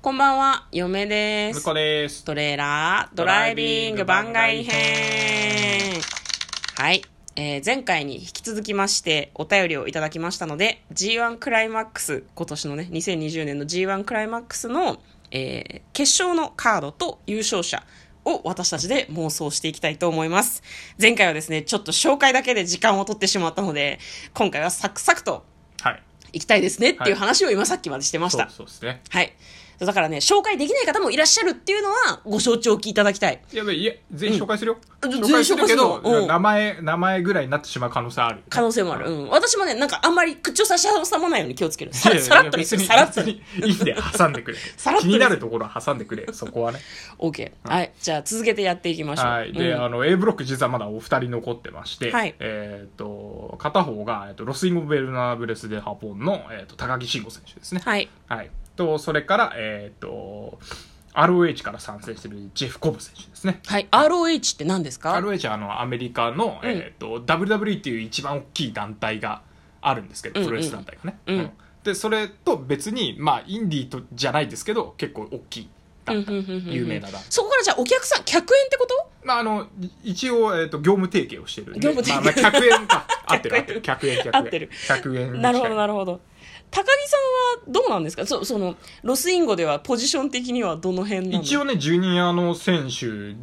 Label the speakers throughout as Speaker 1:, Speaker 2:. Speaker 1: こんばんは、嫁で
Speaker 2: 向
Speaker 1: す
Speaker 2: こ。うです。
Speaker 1: トレーラードライビング番外編。はい。えー前回に引き続きましてお便りをいただきましたので G1 クライマックス今年のね2020年の G1 クライマックスの、えー決勝のカードと優勝者を私たちで妄想していきたいと思います前回はですねちょっと紹介だけで時間を取ってしまったので今回はサクサクと
Speaker 2: はい。
Speaker 1: いきたいですねっていう話を今さっきまでしてまし
Speaker 2: そう
Speaker 1: た
Speaker 2: そうですね。
Speaker 1: はい。だからね、紹介できない方もいらっしゃるっていうのは、ご承知おきいただきたい。
Speaker 2: いや、いや、全員紹介するよ。
Speaker 1: うん
Speaker 2: 紹介する
Speaker 1: 全員紹
Speaker 2: け
Speaker 1: 介するのう
Speaker 2: ど、
Speaker 1: ん
Speaker 2: 名前、名前ぐらいになってしまう可能性ある。
Speaker 1: 可能性もある。うん。私もね、なんかあんまり口を差し挟まないように気をつける。
Speaker 2: い
Speaker 1: さ
Speaker 2: やいや
Speaker 1: さらっとに
Speaker 2: 別
Speaker 1: す
Speaker 2: に
Speaker 1: る。さらっと
Speaker 2: 別
Speaker 1: に。
Speaker 2: にいいんだよ、挟んでくれ
Speaker 1: さらっ。と
Speaker 2: 気
Speaker 1: に
Speaker 2: になるところは挟んでくれ、そこ はね。
Speaker 1: OK。はい。じゃあ続けてやっていきましょう。
Speaker 2: はい。で、
Speaker 1: うん
Speaker 2: あの、A ブロック実はまだお二人残ってまして、
Speaker 1: はい
Speaker 2: えっ、と、片方が、えっとロスインゴ・ベルナブレス・デ・ハポンの、えっと高木慎吾選手ですね。
Speaker 1: はい。
Speaker 2: はい。と、それから、えっ、と、ROH から参戦してるジェフ・コブ選手ですね。
Speaker 1: はい。ROH って何ですか
Speaker 2: ROH はあのアメリカの、
Speaker 1: うん
Speaker 2: えー、と WWE っていう一番大きい団体があるんですけど、
Speaker 1: うんうん
Speaker 2: プロレス団体がね、
Speaker 1: うん
Speaker 2: でそれと別に、まあ、インディーとじゃないですけど結構大きい団体、
Speaker 1: うんうんうんうんうん
Speaker 2: 有名な団体、
Speaker 1: そこからじゃあお客さん、客円ってこと
Speaker 2: まあ、あのい一応、えー、と業務提携をしてるんで
Speaker 1: 業務提携
Speaker 2: まあ、まあ100円 か合ってる合ってる100円100円
Speaker 1: 合ってる
Speaker 2: 100円に近
Speaker 1: な
Speaker 2: い
Speaker 1: るほど、なるほど。高木さんはどうなんですかそその、ロスインゴではポジション的にはどの辺なの
Speaker 2: 一応ねジュニアの選手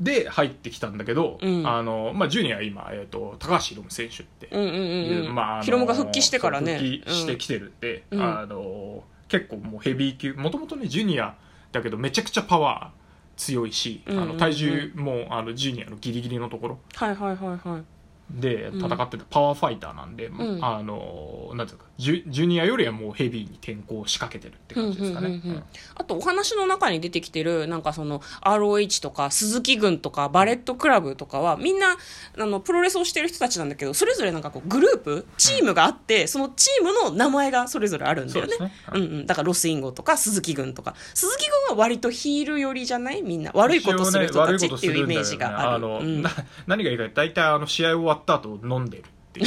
Speaker 2: で入ってきたんだけど、
Speaker 1: うん
Speaker 2: あのまあ、ジュニアは今、えー、と高橋宏夢選手って
Speaker 1: うんうんうんうん。
Speaker 2: まああの
Speaker 1: ヒロムが復帰してからね。
Speaker 2: そう復帰して
Speaker 1: き
Speaker 2: きてるんで、
Speaker 1: うん
Speaker 2: あの結構もうヘビー級もともとねジュニアだけどめちゃくちゃパワー強いし、
Speaker 1: うんうんうん
Speaker 2: あの体重もあのジュニアのギリギリのところ
Speaker 1: はいはいはいはい。
Speaker 2: で
Speaker 1: うん
Speaker 2: 戦ってたパワーファイターなんで、
Speaker 1: ん
Speaker 2: あのなんていうかジュジュニアよりはもうヘビーに転向を仕掛けてるって感じですかね、
Speaker 1: うんうんうんうん
Speaker 2: うん
Speaker 1: あとお話の中に出てきてるなんかその ROH とか鈴木軍とかバレットクラブとかはみんなあのプロレスをしてる人たちなんだけどそれぞれなんかこうグループチームがあって、そのチームの名前がそれぞれあるんだよね
Speaker 2: そうですね
Speaker 1: うんうん、だからロスインゴとか鈴木軍とか鈴木軍は割とヒール寄りじゃないみんな悪いことする人たちっていうイメージがある
Speaker 2: 一応ね悪いことするんだよねあの、
Speaker 1: うん
Speaker 2: な何がいいか大体あの試合終わった後飲んでるっ ていう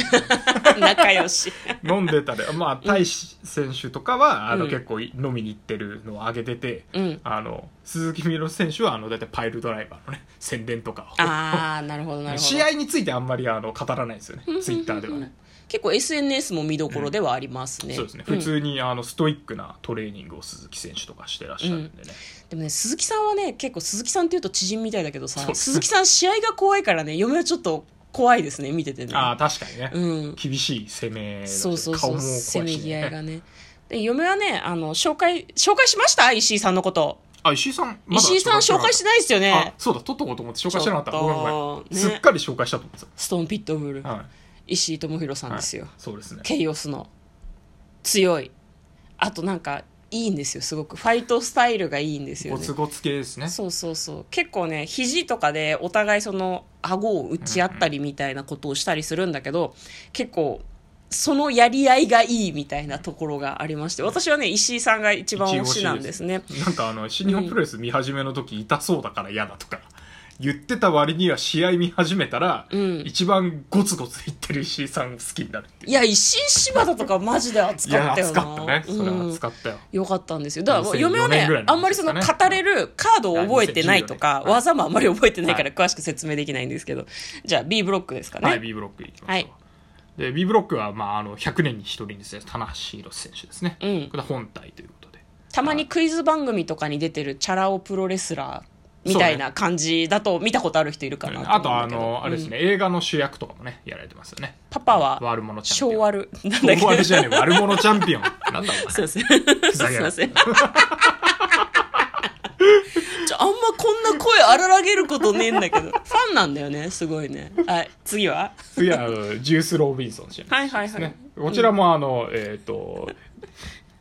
Speaker 1: 仲良し
Speaker 2: 飲んでたで、まあ、大志選手とかは、あの、
Speaker 1: うん
Speaker 2: 結構飲みに行ってるのを上げてて、
Speaker 1: うん
Speaker 2: あの、鈴木みろ選手は、あの、だいたいパイルドライバーのね、宣伝とか
Speaker 1: ああなるほどなるほ
Speaker 2: を。
Speaker 1: ど
Speaker 2: 試合についてあんまり、あの、語らないですよね
Speaker 1: うんうんうんう。ん
Speaker 2: ツイッターではね。
Speaker 1: 結構 SNS も見どころではありますね、
Speaker 2: そうですね。
Speaker 1: ん
Speaker 2: 普通に、あの、ストイックなトレーニングを鈴木選手とかしてらっしゃるんでね。
Speaker 1: でもね鈴木さんはね結構鈴木さんっていうと知人みたいだけど
Speaker 2: そ
Speaker 1: さ
Speaker 2: う
Speaker 1: 鈴木さん試合が怖いからね嫁はちょっと怖いですね見ててね
Speaker 2: ああ、確かにね。
Speaker 1: うん
Speaker 2: 厳しい攻めだし
Speaker 1: そうそう
Speaker 2: 顔
Speaker 1: そ
Speaker 2: も
Speaker 1: う
Speaker 2: 怖いし、
Speaker 1: せ
Speaker 2: ね。
Speaker 1: めぎ合いがねで嫁はねあの紹介紹介しました石井さんのこと、
Speaker 2: あ、石井さん、まだ
Speaker 1: 石井さん紹介してないですよ
Speaker 2: あ
Speaker 1: ね、
Speaker 2: そうだ、撮っとこうと思って紹介してなかった。ごめんごめん。
Speaker 1: ち
Speaker 2: す
Speaker 1: ょっとね
Speaker 2: っかり紹介したと思って
Speaker 1: ストーンピットブル、
Speaker 2: た。はい。
Speaker 1: 石井智弘さんですよ、
Speaker 2: はいそうですね。
Speaker 1: ケイオスの強いあとなんかいいんですよすごくファイトスタイルがいいんですよ
Speaker 2: ゴ
Speaker 1: ね
Speaker 2: ツゴツ系ですね。
Speaker 1: そうそうそう結構ね肘とかでお互いその顎を打ち合ったりみたいなことをしたりするんだけど、結構そのやり合いがいいみたいなところがありまして私はね石井さんが一番推しなんですね
Speaker 2: なんかあの、新日本プロレス見始めの時痛そうだから嫌だとか、言ってた割には試合見始めたら、
Speaker 1: うん
Speaker 2: 一番ゴツゴツ言ってる石井さん好きになるっていう。
Speaker 1: いや石井柴田とかマジで熱
Speaker 2: い
Speaker 1: か
Speaker 2: や、
Speaker 1: ったよ
Speaker 2: 熱
Speaker 1: な
Speaker 2: かったね。それは熱
Speaker 1: うん
Speaker 2: かったよ。
Speaker 1: よかったんですよだから
Speaker 2: 2004
Speaker 1: 嫁はね
Speaker 2: 年ぐらいの
Speaker 1: あんまりその語
Speaker 2: 話ですか
Speaker 1: れ
Speaker 2: ね
Speaker 1: るカードを覚えてないとか
Speaker 2: いや2014年
Speaker 1: 技もあんまり覚えてないから
Speaker 2: は
Speaker 1: 詳しく説明できないんですけどじゃあ B ブロックですかね、
Speaker 2: はい、B ブロックいきましょう。
Speaker 1: はい
Speaker 2: で、B ブロックは、まあ、あの、100年に1人ですね、棚橋宏選手ですね。
Speaker 1: うん
Speaker 2: これは本体ということで。
Speaker 1: たまにクイズ番組とかに出てるチャラ男プロレスラーみたいな感じだと見たことある人いるかな
Speaker 2: あ
Speaker 1: と
Speaker 2: と、
Speaker 1: 思う
Speaker 2: あ
Speaker 1: んだけど
Speaker 2: の、あれですね、映画の主役とかもね、やられてますよね。
Speaker 1: パパは
Speaker 2: 悪者チャンピオ
Speaker 1: 昭
Speaker 2: ン。
Speaker 1: 和るなんだっけ
Speaker 2: 昭和じゃねえ、悪者チャンピオン。なんだお前。
Speaker 1: すいませんす
Speaker 2: ざけ
Speaker 1: い
Speaker 2: や
Speaker 1: ま
Speaker 2: がって
Speaker 1: せんちょあんまこんな声荒らげることねえんだ けどファンなんだよねすごいねはい次は
Speaker 2: 次はあのジュース・ロービンソン選手ですね。
Speaker 1: はいはいはい
Speaker 2: こちらもあの、えっ、と、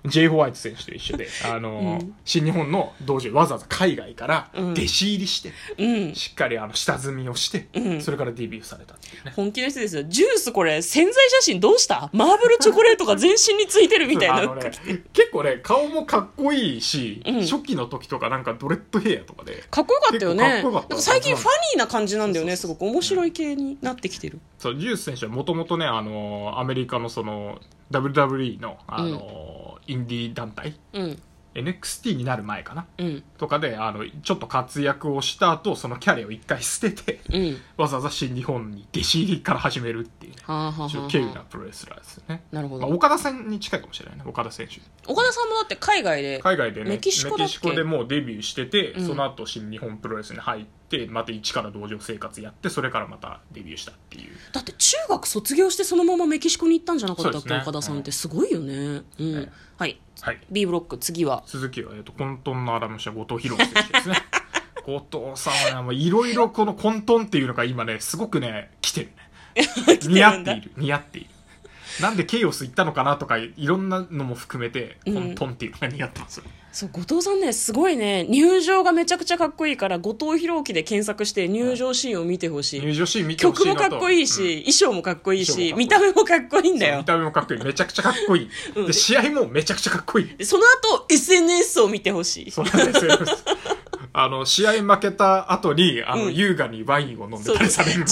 Speaker 2: ジェイ・ホワイト選手と一緒で、あの、新日本の道場にわざわざ海外から
Speaker 1: ん
Speaker 2: 弟子入りして、
Speaker 1: うん
Speaker 2: しっかりあの下積みをして、
Speaker 1: うん
Speaker 2: それからデビューされたっていうね。
Speaker 1: 本気の人ですよジュースこれ潜在写真どうしたマーブルチョコレートが全身についてるみたい
Speaker 2: あ
Speaker 1: な
Speaker 2: のね結構ね、顔もかっこいいし、
Speaker 1: うん
Speaker 2: 初期の時とかなんかドレッドヘアとかで、
Speaker 1: かっこよかったよね
Speaker 2: 結構かっ
Speaker 1: な
Speaker 2: こよかった
Speaker 1: んか最近ファニーな感じなんだよねす
Speaker 2: そう
Speaker 1: ご
Speaker 2: そう
Speaker 1: く面白い系になってきてる
Speaker 2: そう、ジュース選手はもともとね、あの、アメリカのその、WWE の、あの、インディー団体
Speaker 1: うん
Speaker 2: NXT になる前かな
Speaker 1: うん
Speaker 2: とかであのちょっと活躍をした後そのキャリアを一回捨てて
Speaker 1: うん
Speaker 2: わざわざ新日本に弟子入りから始めるっていうね
Speaker 1: はあはあはあ
Speaker 2: ちょっと軽有なプロレスラーですよね、
Speaker 1: なるほ
Speaker 2: まあ、
Speaker 1: ど
Speaker 2: 岡田さんに近いかもしれないね岡田選手
Speaker 1: 岡田さんもだって海外で
Speaker 2: 海外でね
Speaker 1: メキシコだっけ
Speaker 2: でもうデビューしてて、
Speaker 1: うん
Speaker 2: その後新日本プロレスに入ってまた一から同情生活やってそれからまたデビューしたっていう
Speaker 1: だって中学卒業してそのままメキシコに行ったんじゃなかったっ
Speaker 2: そう
Speaker 1: け、
Speaker 2: ですね
Speaker 1: 岡田さんってすごいよねうん、
Speaker 2: ええ
Speaker 1: はい
Speaker 2: はい
Speaker 1: B ブロック次は
Speaker 2: 続きは、えー、と混沌のアラムシャ後藤弘選 手ですね後藤さんはねもういろいろこの混沌っていうのが今ねすごくね来てるね
Speaker 1: てるん
Speaker 2: 似
Speaker 1: だ
Speaker 2: 合っている似合っているなんでケイオス行ったのかなとかいろんなのも含めて
Speaker 1: うん
Speaker 2: 混沌っていうのが似合ってますよ、
Speaker 1: そう後藤さんねすごいね入場がめちゃくちゃかっこいいから後藤弘樹で検索して入場シーンを見てほしい、
Speaker 2: 入場シーン見てほし
Speaker 1: 曲
Speaker 2: いな
Speaker 1: も
Speaker 2: と
Speaker 1: かっこいいし、
Speaker 2: うん
Speaker 1: 衣装もかっこいいし
Speaker 2: 衣装も
Speaker 1: 見
Speaker 2: か
Speaker 1: た
Speaker 2: っ
Speaker 1: 目もかっこいいんだ
Speaker 2: そう
Speaker 1: よ
Speaker 2: 見た目もかっこいいめちゃくちゃかっこいい、
Speaker 1: うん
Speaker 2: で試合もめちゃくちゃかっこいい
Speaker 1: でその後 SNS を見てほしい
Speaker 2: そうな んですよあの試合負けた後にあの、
Speaker 1: うん
Speaker 2: 優雅にワインを飲んで
Speaker 1: そう
Speaker 2: た
Speaker 1: 違
Speaker 2: りされるの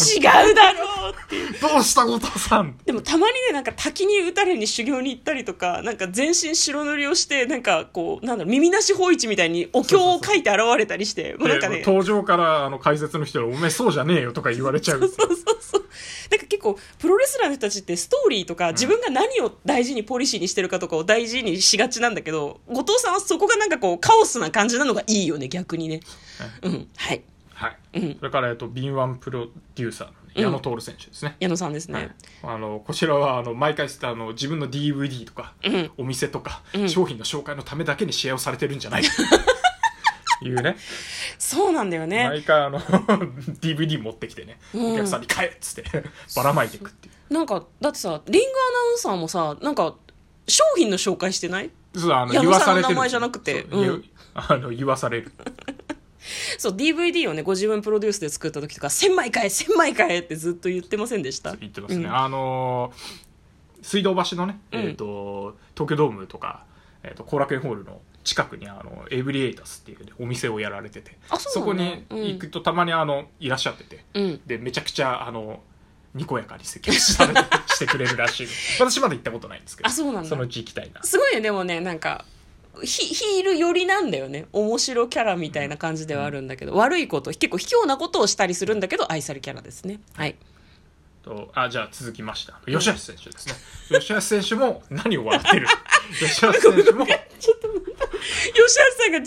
Speaker 1: うだろうっていう
Speaker 2: どうした後藤さん
Speaker 1: でもたまにねなんか滝に打たれに修行に行ったりとかなんか全身白塗りをしてなんかこうなんだろう耳なし法一みたいにお経を書いて現れたりしてもうなんか
Speaker 2: で
Speaker 1: ね
Speaker 2: 登場からあの解説の人に「おめえそうじゃねえよ」とか言われちゃうんですよ
Speaker 1: なんか結構プロレスラーの人たちってストーリーとか自分が何を大事にポリシーにしてるかとかを大事にしがちなんだけど後藤さんはそこがなんかこうカオスな感じなのがいいよね逆にねうんはい
Speaker 2: はい、
Speaker 1: うん
Speaker 2: それから、えっと、敏腕プロデューサーの
Speaker 1: うん
Speaker 2: 矢野徹選手ですね、
Speaker 1: 矢野さんですね、
Speaker 2: はい、あのこちらはあの毎回あの自分の DVD とか、
Speaker 1: うん
Speaker 2: お店とか、
Speaker 1: うん
Speaker 2: 商品の紹介のためだけに試合をされてるんじゃないいうね
Speaker 1: そうなんだよね、
Speaker 2: 毎回あの DVD 持ってきてね、
Speaker 1: うん
Speaker 2: お客さんに「買え!」っつってばらまいていくっていう
Speaker 1: なんかだってさリングアナウンサーもさなんか商品の紹介してない
Speaker 2: そうあの
Speaker 1: 矢
Speaker 2: 言
Speaker 1: 野
Speaker 2: わ
Speaker 1: さ
Speaker 2: さ
Speaker 1: んの
Speaker 2: れて
Speaker 1: 名
Speaker 2: る
Speaker 1: 前じゃなくて
Speaker 2: そう
Speaker 1: うん
Speaker 2: 言あの言わされる
Speaker 1: そう DVD をねご自分プロデュースで作った時とか「1000枚買え1000枚買え」ってずっと言ってませんでした
Speaker 2: 言ってますね、
Speaker 1: うん
Speaker 2: あのー水道橋のね、
Speaker 1: うん
Speaker 2: えー、と東京ドームとか後、えーと、後楽園ホールの近くにあのエイブリエイタスっていうね、お店をやられてて
Speaker 1: あそう
Speaker 2: こ
Speaker 1: なんだ
Speaker 2: に行くとたまにあのいらっしゃってて
Speaker 1: うん
Speaker 2: でめちゃくちゃあのにこやかに接客されてしてくれるら しいです私まだ行ったことないんですけど
Speaker 1: あそうなんだ
Speaker 2: そのうち行きたいな
Speaker 1: すごいねでもねなんかヒヒール寄りなんだよね面白キャラみたいな感じではあるんだけど、悪いこと結構卑怯なことをしたりするんだけど愛されキャラですねはい
Speaker 2: とあじゃあ続きました吉橋選手ですね、吉橋選手も何を笑っ てる吉橋選手も
Speaker 1: ちょっと待って吉橋さんが G1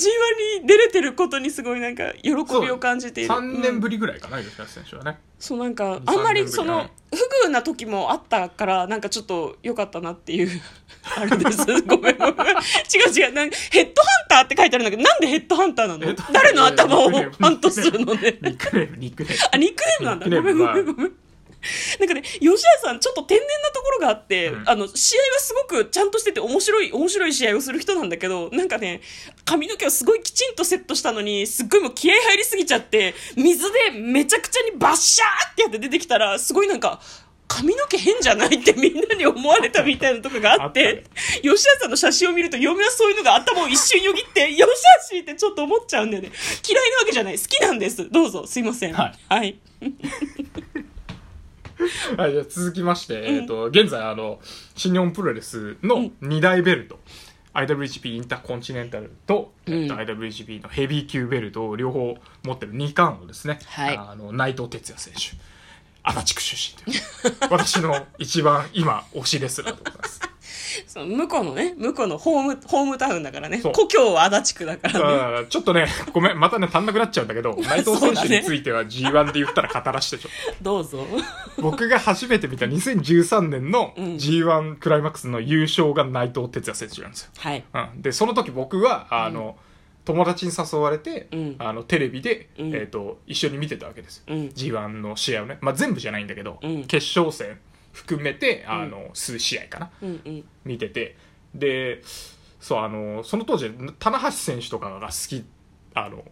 Speaker 1: に出れてることにすごいなんか喜びを感じている
Speaker 2: 3
Speaker 1: うん
Speaker 2: 年ぶりぐらいかな、吉橋選手はね
Speaker 1: そうなんかあ
Speaker 2: 23
Speaker 1: んまり
Speaker 2: 年ぶり
Speaker 1: そ
Speaker 2: は
Speaker 1: の
Speaker 2: い
Speaker 1: 不遇な時もあったからなんかちょっと良かったなっていう あれですごめんごめん違う違うなんかヘッドハンターって書いてあるんだけどなんでヘッドハンターな
Speaker 2: ヘ
Speaker 1: の
Speaker 2: ッドハンター
Speaker 1: 誰の頭を
Speaker 2: ニックネーム
Speaker 1: ハントするのね
Speaker 2: ニックネームニックネーム
Speaker 1: あニックネームなんだ
Speaker 2: ニ
Speaker 1: ご
Speaker 2: ック
Speaker 1: め
Speaker 2: ネー
Speaker 1: んご
Speaker 2: ムは
Speaker 1: めんごめんなんかね吉谷さんちょっと天然なところがあって、
Speaker 2: うん
Speaker 1: あの試合はすごくちゃんとしてて面白い面白い試合をする人なんだけどなんかね髪の毛をすごいきちんとセットしたのにすっごいもう気合入りすぎちゃって水でめちゃくちゃにバッシャーってやって出てきたらすごいなんか。髪の毛変じゃないってみんなに思われたみたいなとこがあって、吉谷さんの写真を見ると嫁はそういうのが頭を一瞬よぎっ て、吉橋ってちょっと思っちゃうんだよね。嫌いなわけじゃない。好きなんです。どうぞ。すいません。
Speaker 2: はい
Speaker 1: はい
Speaker 2: はい、じゃあ続きまして、えっと現在あの新日本プロレスの2大ベルト、IWGP インターコンチネンタルと,、えっと
Speaker 1: うん
Speaker 2: IWGP のヘビー級ベルトを両方持ってる2冠をですね、
Speaker 1: はい
Speaker 2: あの内藤哲也選手足立区出身という 私の一番今推しレスラーでございます
Speaker 1: その向こうのね向こうのホームホームタウンだからね
Speaker 2: そう
Speaker 1: 故郷は足立区だか
Speaker 2: だから
Speaker 1: ね
Speaker 2: らちょっとねごめんまたね足んなくなっちゃうんだけど内藤選手については G1 で言ったら語らしてちょっ と
Speaker 1: どうぞ
Speaker 2: 僕が初めて見た2013年の G1 クライマックスの優勝が内藤哲也選手なんですよ、
Speaker 1: はい
Speaker 2: うん、でその時僕はあの、友達に誘われて、
Speaker 1: うん
Speaker 2: あのテレビで、
Speaker 1: うん
Speaker 2: えー、と一緒に見てたわけですよ、
Speaker 1: うん
Speaker 2: G1 の試合をね、まあ、全部じゃないんだけど、
Speaker 1: うん
Speaker 2: 決勝戦含めてあの、数試合かな
Speaker 1: うんうん
Speaker 2: 見ててでそうあのその当時棚橋選手とかが好きあの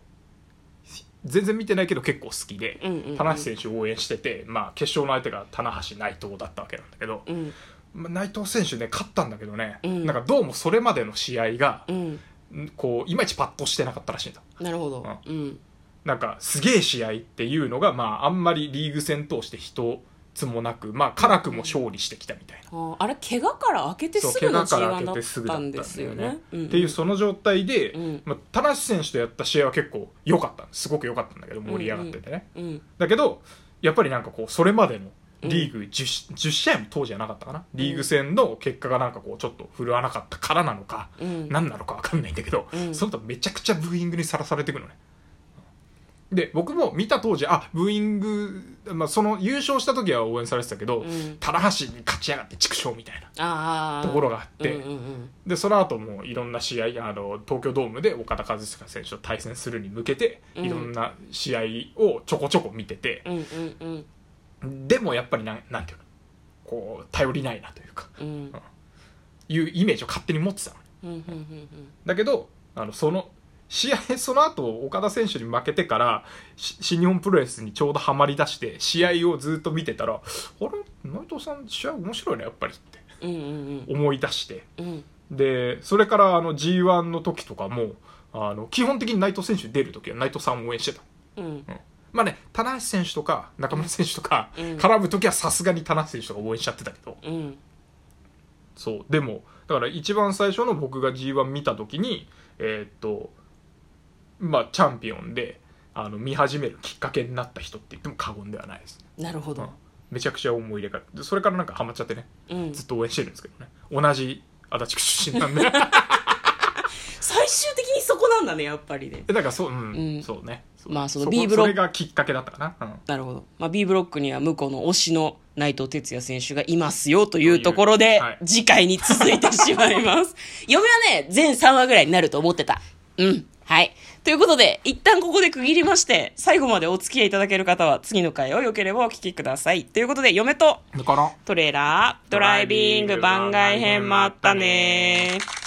Speaker 2: 全然見てないけど結構好きで、
Speaker 1: うんうんうん
Speaker 2: 棚橋選手を応援してて、まあ、決勝の相手が棚橋内藤だったわけなんだけど、
Speaker 1: うん
Speaker 2: まあ、内藤選手ね勝ったんだけどね、
Speaker 1: うん
Speaker 2: なんかどうもそれまでの試合が
Speaker 1: う、ん
Speaker 2: んこういまいちパッとしてなかったらしいんだ
Speaker 1: なるほどうん
Speaker 2: なんかすげえ試合っていうのが、まあ、あんまりリーグ戦通して人つもなく、まあ、辛くも勝利してきたみたいな。
Speaker 1: あーあれ怪我から明けて
Speaker 2: そう
Speaker 1: す
Speaker 2: 怪
Speaker 1: ぐの
Speaker 2: 我から
Speaker 1: G1
Speaker 2: 明
Speaker 1: だ
Speaker 2: けてす
Speaker 1: っ
Speaker 2: ぐだ
Speaker 1: た
Speaker 2: った
Speaker 1: ん
Speaker 2: ん
Speaker 1: で
Speaker 2: ですす
Speaker 1: よ
Speaker 2: よ
Speaker 1: ね
Speaker 2: ね。。
Speaker 1: うん
Speaker 2: っていうその状態で、
Speaker 1: うん
Speaker 2: まあ、田無選手とやった試合は結構良かったすごく良かったんだけど盛り上がっててね、
Speaker 1: うん
Speaker 2: だけどやっぱりなんかこうそれまでのリーグ 10,、10試合も当時はなかったかなリーグ戦の結果がなんかこうちょっと振るわなかったからなのか、
Speaker 1: うん
Speaker 2: 何なのか分かんないんだけど、
Speaker 1: うん
Speaker 2: その後めちゃくちゃブーイングにさらされていくのねで僕も見た当時あブーイング、まあ、その優勝した時は応援されてたけど、
Speaker 1: うん
Speaker 2: 棚橋に勝ち上がって畜生みたいな
Speaker 1: ああ
Speaker 2: ところがあって、
Speaker 1: うんうんうん
Speaker 2: でその後もういろんな試合あの東京ドームで岡田和親選手と対戦するに向けて、
Speaker 1: うん
Speaker 2: いろんな試合をちょこちょこ見てて、
Speaker 1: うんうんうん
Speaker 2: でもやっぱりなんなんていうのこう頼りないなというか
Speaker 1: うんうん
Speaker 2: いうイメージを勝手に持ってたの
Speaker 1: うんうんうん
Speaker 2: だけどあのその試合 その後岡田選手に負けてからし新日本プロレスにちょうどハマりだして試合をずっと見てたらあれ内藤さん試合面白いねやっぱりって
Speaker 1: うんうん
Speaker 2: 思い出して
Speaker 1: うん
Speaker 2: でそれからあの g 1の時とかもあの基本的に内藤選手出る時は内藤さんを応援してた
Speaker 1: うん
Speaker 2: まあね棚橋選手とか中村選手とか
Speaker 1: うん
Speaker 2: 絡む時はさすがに棚橋選手とか応援しちゃってたけど
Speaker 1: うん
Speaker 2: そうでもだから一番最初の僕が g 1見た時にえーっとまあチャンピオンであの見始めるきっかけになった人って言っても過言ではないです、
Speaker 1: なるほ
Speaker 2: うん
Speaker 1: ど、
Speaker 2: めちゃくちゃ思い入れがあるでそれからなんかハマっちゃってね
Speaker 1: うん、
Speaker 2: ずっと応援してるんですけどね同じ足立区出 身なんで
Speaker 1: 最終的にそこなんだねやっぱりね
Speaker 2: えだからそう、うん
Speaker 1: うん
Speaker 2: そうねう
Speaker 1: まあその
Speaker 2: こ
Speaker 1: B ブロック
Speaker 2: それがきっかけだったかな、うん
Speaker 1: なるほど、まあ、B ブロックには向こうの推しの内藤哲也選手がいますよというところで、
Speaker 2: はい
Speaker 1: 次回に続いてしまいます。嫁はね、全3話ぐらいになると思ってた。うん。はい。ということで、一旦ここで区切りまして、最後までお付き合いいただける方は、次の回を良ければお聞きください。ということで、嫁と
Speaker 2: だから
Speaker 1: トレーラー、ドライビング番外編もあったねー